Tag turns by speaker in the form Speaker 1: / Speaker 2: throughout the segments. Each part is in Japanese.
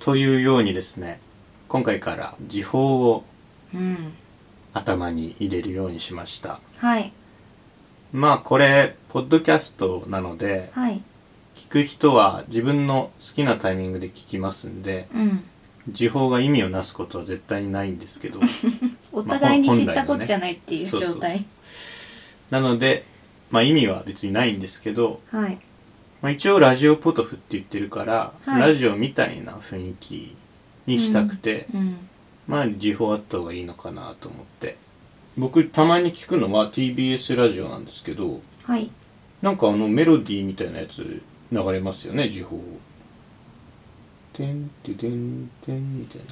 Speaker 1: というようにですね今回から時報を
Speaker 2: うん
Speaker 1: 頭に入れるようにしました
Speaker 2: はい
Speaker 1: まあこれポッドキャストなので
Speaker 2: はい
Speaker 1: 聞く人は自分の好きなタイミングで聞きますんで
Speaker 2: うん
Speaker 1: 時報が意味をなすことは絶対にないんですけ ど
Speaker 2: お互いに
Speaker 1: まあ
Speaker 2: 知
Speaker 1: 本
Speaker 2: ったこっちゃないっていう
Speaker 1: 本来のね
Speaker 2: 状態、
Speaker 1: なのでまあ意味は別にないんですけど、
Speaker 2: はい
Speaker 1: まあ、一応ラジオポトフって言ってるから、
Speaker 2: はい
Speaker 1: ラジオみたいな雰囲気にしたくて、
Speaker 2: うん
Speaker 1: まあ時報あった方がいいのかなと思って僕たまに聞くのは TBS ラジオなんですけど
Speaker 2: はい
Speaker 1: なんかあのメロディーみたいなやつ流れますよね時報てんててんてんみたいな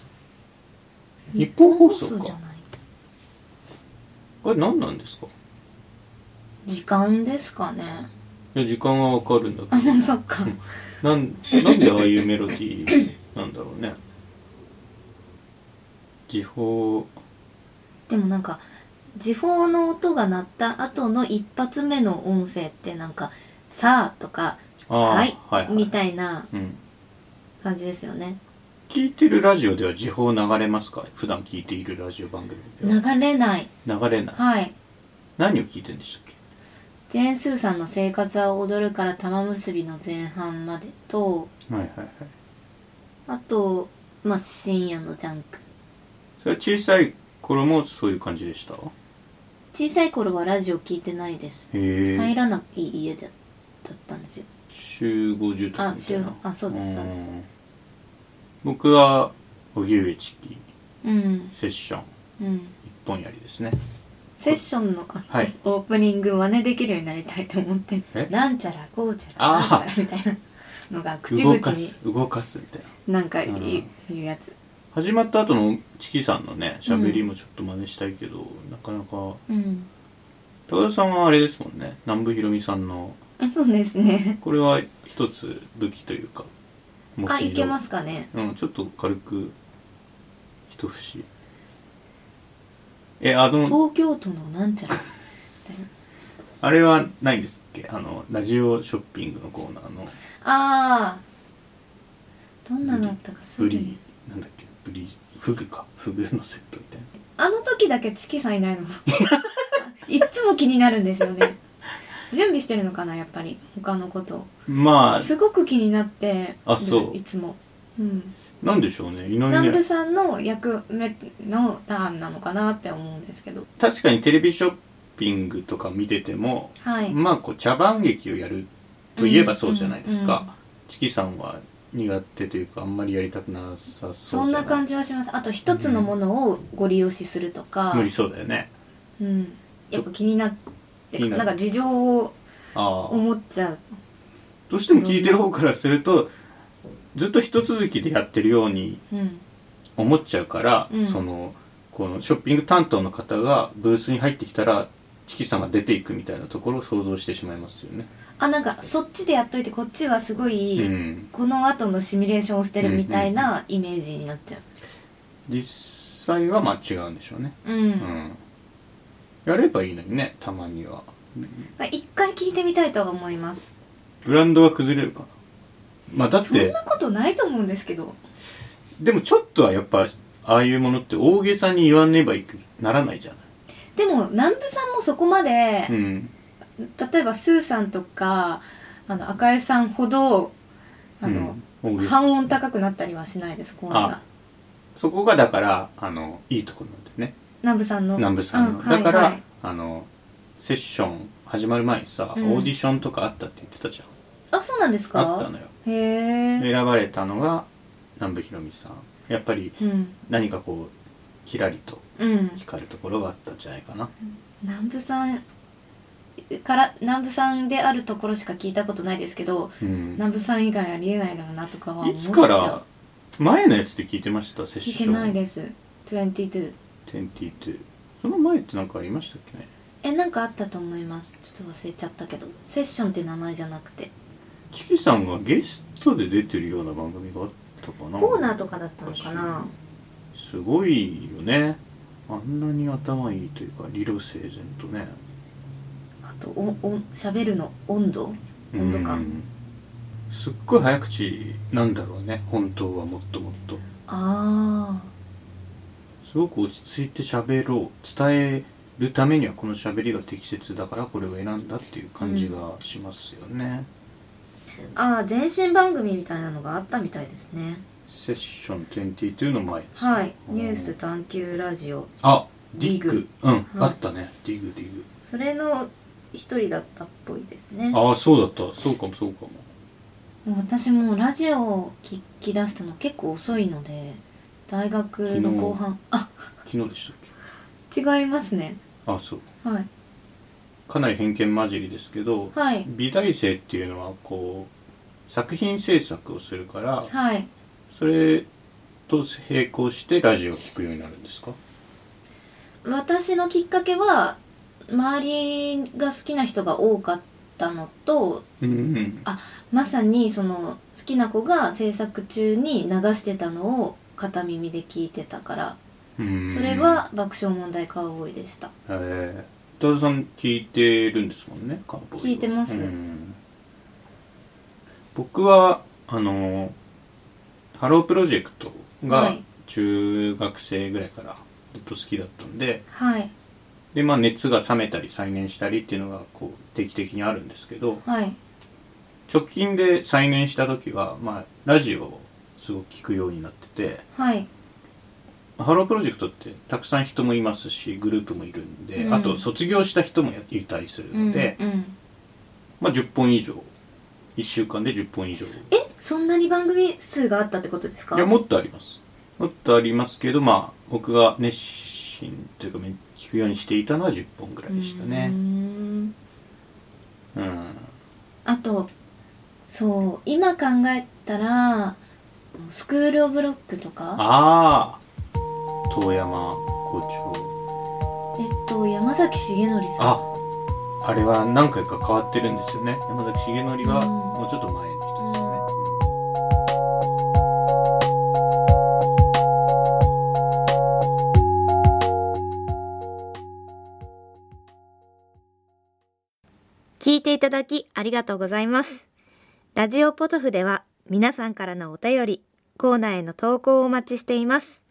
Speaker 1: 日本放送
Speaker 2: 日本じ
Speaker 1: か
Speaker 2: ゃない
Speaker 1: これ何なんですか
Speaker 2: 時間ですかね
Speaker 1: いや時間はわかるんだ
Speaker 2: あ
Speaker 1: けど
Speaker 2: そっか
Speaker 1: なんなんでああいうメロディーなんだろうね時報
Speaker 2: でもなんか時報の音が鳴った後の一発目の音声ってなんか「さあ」とか
Speaker 1: あ
Speaker 2: 「
Speaker 1: あ
Speaker 2: はい」み
Speaker 1: い
Speaker 2: たいな
Speaker 1: うん
Speaker 2: 感じですよね
Speaker 1: 聞いてるラジオでは時報流れますか普段聞いているラジオ番組で
Speaker 2: 流
Speaker 1: は
Speaker 2: れない
Speaker 1: 流れない
Speaker 2: はい
Speaker 1: 何を聞いてるんでしたっ
Speaker 2: ジェーン・スーさんの「生活は踊る」から玉結びの前半までと
Speaker 1: けはいはいはい
Speaker 2: あとまあ深夜のジャンク
Speaker 1: それは小さい頃もそういう感じでしたへ
Speaker 2: 小さい頃はラジオ聞いてないです
Speaker 1: え、
Speaker 2: 入らない家だだったんですよ
Speaker 1: 集合住宅みたいな
Speaker 2: あ集合あそうですそうです
Speaker 1: ん僕は荻上チキ
Speaker 2: うん
Speaker 1: セッション
Speaker 2: うん
Speaker 1: 一本やりですね
Speaker 2: セッションの、あ
Speaker 1: はい
Speaker 2: オープニング真似できるようになりたいと思って
Speaker 1: え
Speaker 2: なんちゃらこうちゃら
Speaker 1: あ
Speaker 2: なん
Speaker 1: ー
Speaker 2: ちゃらみたいなのが口々
Speaker 1: 動
Speaker 2: に
Speaker 1: かす動かすみたいな
Speaker 2: なんか言う,、
Speaker 1: うん
Speaker 2: 言うやつ
Speaker 1: 始まった後のチキさんのね喋りもちょっと真似したいけど、なかなか
Speaker 2: うん
Speaker 1: 高田さんはあれですもんね南部ひろみさんの
Speaker 2: あそうですね
Speaker 1: これは一つ武器というか持
Speaker 2: あいけますすかね
Speaker 1: うんちょっと軽く一節えあの
Speaker 2: 東京都のなんちゃらみたいな
Speaker 1: あれはないんですっけあのラジオショッピングのコーナーの
Speaker 2: あーどんなだったかす
Speaker 1: ブ
Speaker 2: ぐ
Speaker 1: リ
Speaker 2: に
Speaker 1: なんだっけブリフグかフグのセットみたいな
Speaker 2: あの時だけチキさんいないの いっつも気になるんですよね準備してるのかなやっぱり他のこと
Speaker 1: まあ
Speaker 2: すごく気になって
Speaker 1: あそう
Speaker 2: いつもうん
Speaker 1: なんでしょうね井上
Speaker 2: 南
Speaker 1: ね
Speaker 2: 部さんの役目のターンなのかなって思うんですけど
Speaker 1: 確かにテレビショッピングとか見てても、
Speaker 2: はい、
Speaker 1: まあこう茶番劇をやるといえばそうじゃないですか、
Speaker 2: うんうんうん
Speaker 1: チキさんは苦手というかあんまりやりたくなさそうじゃ
Speaker 2: そんな感じはしますあと一つのものをご利用しするとか、
Speaker 1: 無理そうだよね
Speaker 2: うん、やっぱ気になって
Speaker 1: 気になる
Speaker 2: なんか事情を
Speaker 1: ああ
Speaker 2: 思っちゃう
Speaker 1: どうしても聞いてる方からするとずっと一続きでやってるように
Speaker 2: うん
Speaker 1: 思っちゃうから、
Speaker 2: うん
Speaker 1: そのこのショッピング担当の方がブースに入ってきたらチキさんが出ていくみたいなところを想像してしまいますよね。
Speaker 2: あなんかそっちでやっといてこっちはすごい、
Speaker 1: うん
Speaker 2: この後のシミュレーションをしてるみたいなイメージになっちゃ
Speaker 1: 実際はまあ違うんでしょうね。
Speaker 2: うう
Speaker 1: う
Speaker 2: ん、
Speaker 1: んやればいいのにねたまには
Speaker 2: まあ一回聞いてみたいとは思います
Speaker 1: ブランドは崩れるかなまあだっ
Speaker 2: そん
Speaker 1: て
Speaker 2: なことないと思うんですけど
Speaker 1: でもちょっとはやっぱああいうものって大げさに言わねばいくならないじゃな
Speaker 2: でも南部さんもそこまで
Speaker 1: い、うん
Speaker 2: 例えばスーさんとかあの赤江さんほどあの、
Speaker 1: うん大げさ
Speaker 2: 半音高くなったりはしないですこう
Speaker 1: あそこがだからあのいいところなんだよね
Speaker 2: 南部さんの
Speaker 1: 南部さんの、
Speaker 2: うんはい
Speaker 1: だから、
Speaker 2: はい
Speaker 1: あのセッション始まる前にさ、
Speaker 2: うん
Speaker 1: オーディションとかあったって言ってたじゃん
Speaker 2: あそうなんですか
Speaker 1: あったのよ
Speaker 2: へえ、
Speaker 1: 選ばれたのが南部ひろみさんやっぱり
Speaker 2: うん
Speaker 1: 何かこうキラリと
Speaker 2: うん
Speaker 1: 光るところがあったんじゃないかな
Speaker 2: 南部さんから南部さんであるところしか聞いたことないですけど
Speaker 1: うん
Speaker 2: 南部さん以外ありえないだろうなとかは思
Speaker 1: い
Speaker 2: っ
Speaker 1: つ
Speaker 2: ちゃう
Speaker 1: から前のやつで聞いてましたセッ
Speaker 2: 聞い
Speaker 1: シ
Speaker 2: て
Speaker 1: ョン
Speaker 2: ないです22
Speaker 1: 22その前って何かありましたっけね
Speaker 2: えなんかあったと思いますちょっと忘れちゃったけどセッションって名前じゃなくて
Speaker 1: チキさんがゲストで出てるような番組があったかな
Speaker 2: コーナーとかだったのかな
Speaker 1: すごいよねあんなに頭いいというか理路整然とね
Speaker 2: あとおお喋るの温度温度感
Speaker 1: うんすっごい早口なんだろうね本当はもっともっと
Speaker 2: あ
Speaker 1: すごく落ち着いて喋ろう伝えるためにはこの喋りが適切だからこれを選んだっていう感じがしますよね、
Speaker 2: ーあー前身番組みたいなのがあったみたいですね
Speaker 1: セッション20というの前ですね
Speaker 2: はい「
Speaker 1: うん
Speaker 2: ニュース探求ラジオ
Speaker 1: あディッグ
Speaker 2: ディグ
Speaker 1: うん、あ
Speaker 2: はい
Speaker 1: ったねディグディグ」
Speaker 2: それの一人だったっぽいですねも
Speaker 1: ああそうだったそうかもそうかも
Speaker 2: う私もうラジオを聞き出したの結構遅いので大学の後半あ
Speaker 1: 昨日でしたっけ
Speaker 2: 違いますね
Speaker 1: あそう
Speaker 2: はい
Speaker 1: かなり偏見混じりですけど
Speaker 2: はい
Speaker 1: 美大生っていうのはこう作品制作をするから
Speaker 2: はい
Speaker 1: それと並行してラジオを聞くようになるんですか
Speaker 2: 私のきっかけは周りが好きな人が多かったのと
Speaker 1: うんうん
Speaker 2: まさにその好きな子が制作中に流してたのを片耳で聞いてたから
Speaker 1: うん
Speaker 2: それは爆笑問題カウボーイでした
Speaker 1: えー、田田さん聞いてるんですもんねカウボーイを
Speaker 2: 聞いてます
Speaker 1: うん僕はあのハロープロジェクト
Speaker 2: は
Speaker 1: が
Speaker 2: い
Speaker 1: 中学生ぐらいからずっと好きだったんで
Speaker 2: はい
Speaker 1: で、まあ、熱が冷めたり再燃したりっていうのがこう定期的にあるんですけど
Speaker 2: はい
Speaker 1: 直近で再燃した時は、まあ、ラジオをすごく聞くようになってて
Speaker 2: はい
Speaker 1: ハロープロジェクトってたくさん人もいますしグループもいるんで、
Speaker 2: うん
Speaker 1: あと卒業した人もいたりするので、
Speaker 2: うんうん、
Speaker 1: まあ、10本以上1週間で10本以上い
Speaker 2: えそんなに番組数があったってことですか
Speaker 1: やもっとありますもっとありますけどまあ僕が熱心というかめ聞くようにしていたのは10本ぐらいでした
Speaker 2: うー
Speaker 1: ね
Speaker 2: ん
Speaker 1: うん
Speaker 2: あとそう今考えたらスクール・オブ・ロックとか
Speaker 1: ああ遠山校長
Speaker 2: えっと山崎重則さん
Speaker 1: ああれは何回か変わってるんですよね山崎重則は
Speaker 2: うん
Speaker 1: もうちょっと前の人ですよね、
Speaker 3: 聞いていただきありがとうございます。ラジオポトフでは皆さんからのお便り、コーナーへの投稿をお待ちしています。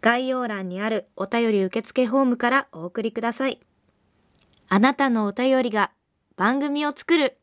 Speaker 3: 概要欄にあるお便り受付フォームからお送りください。あなたのお便りが番組を作る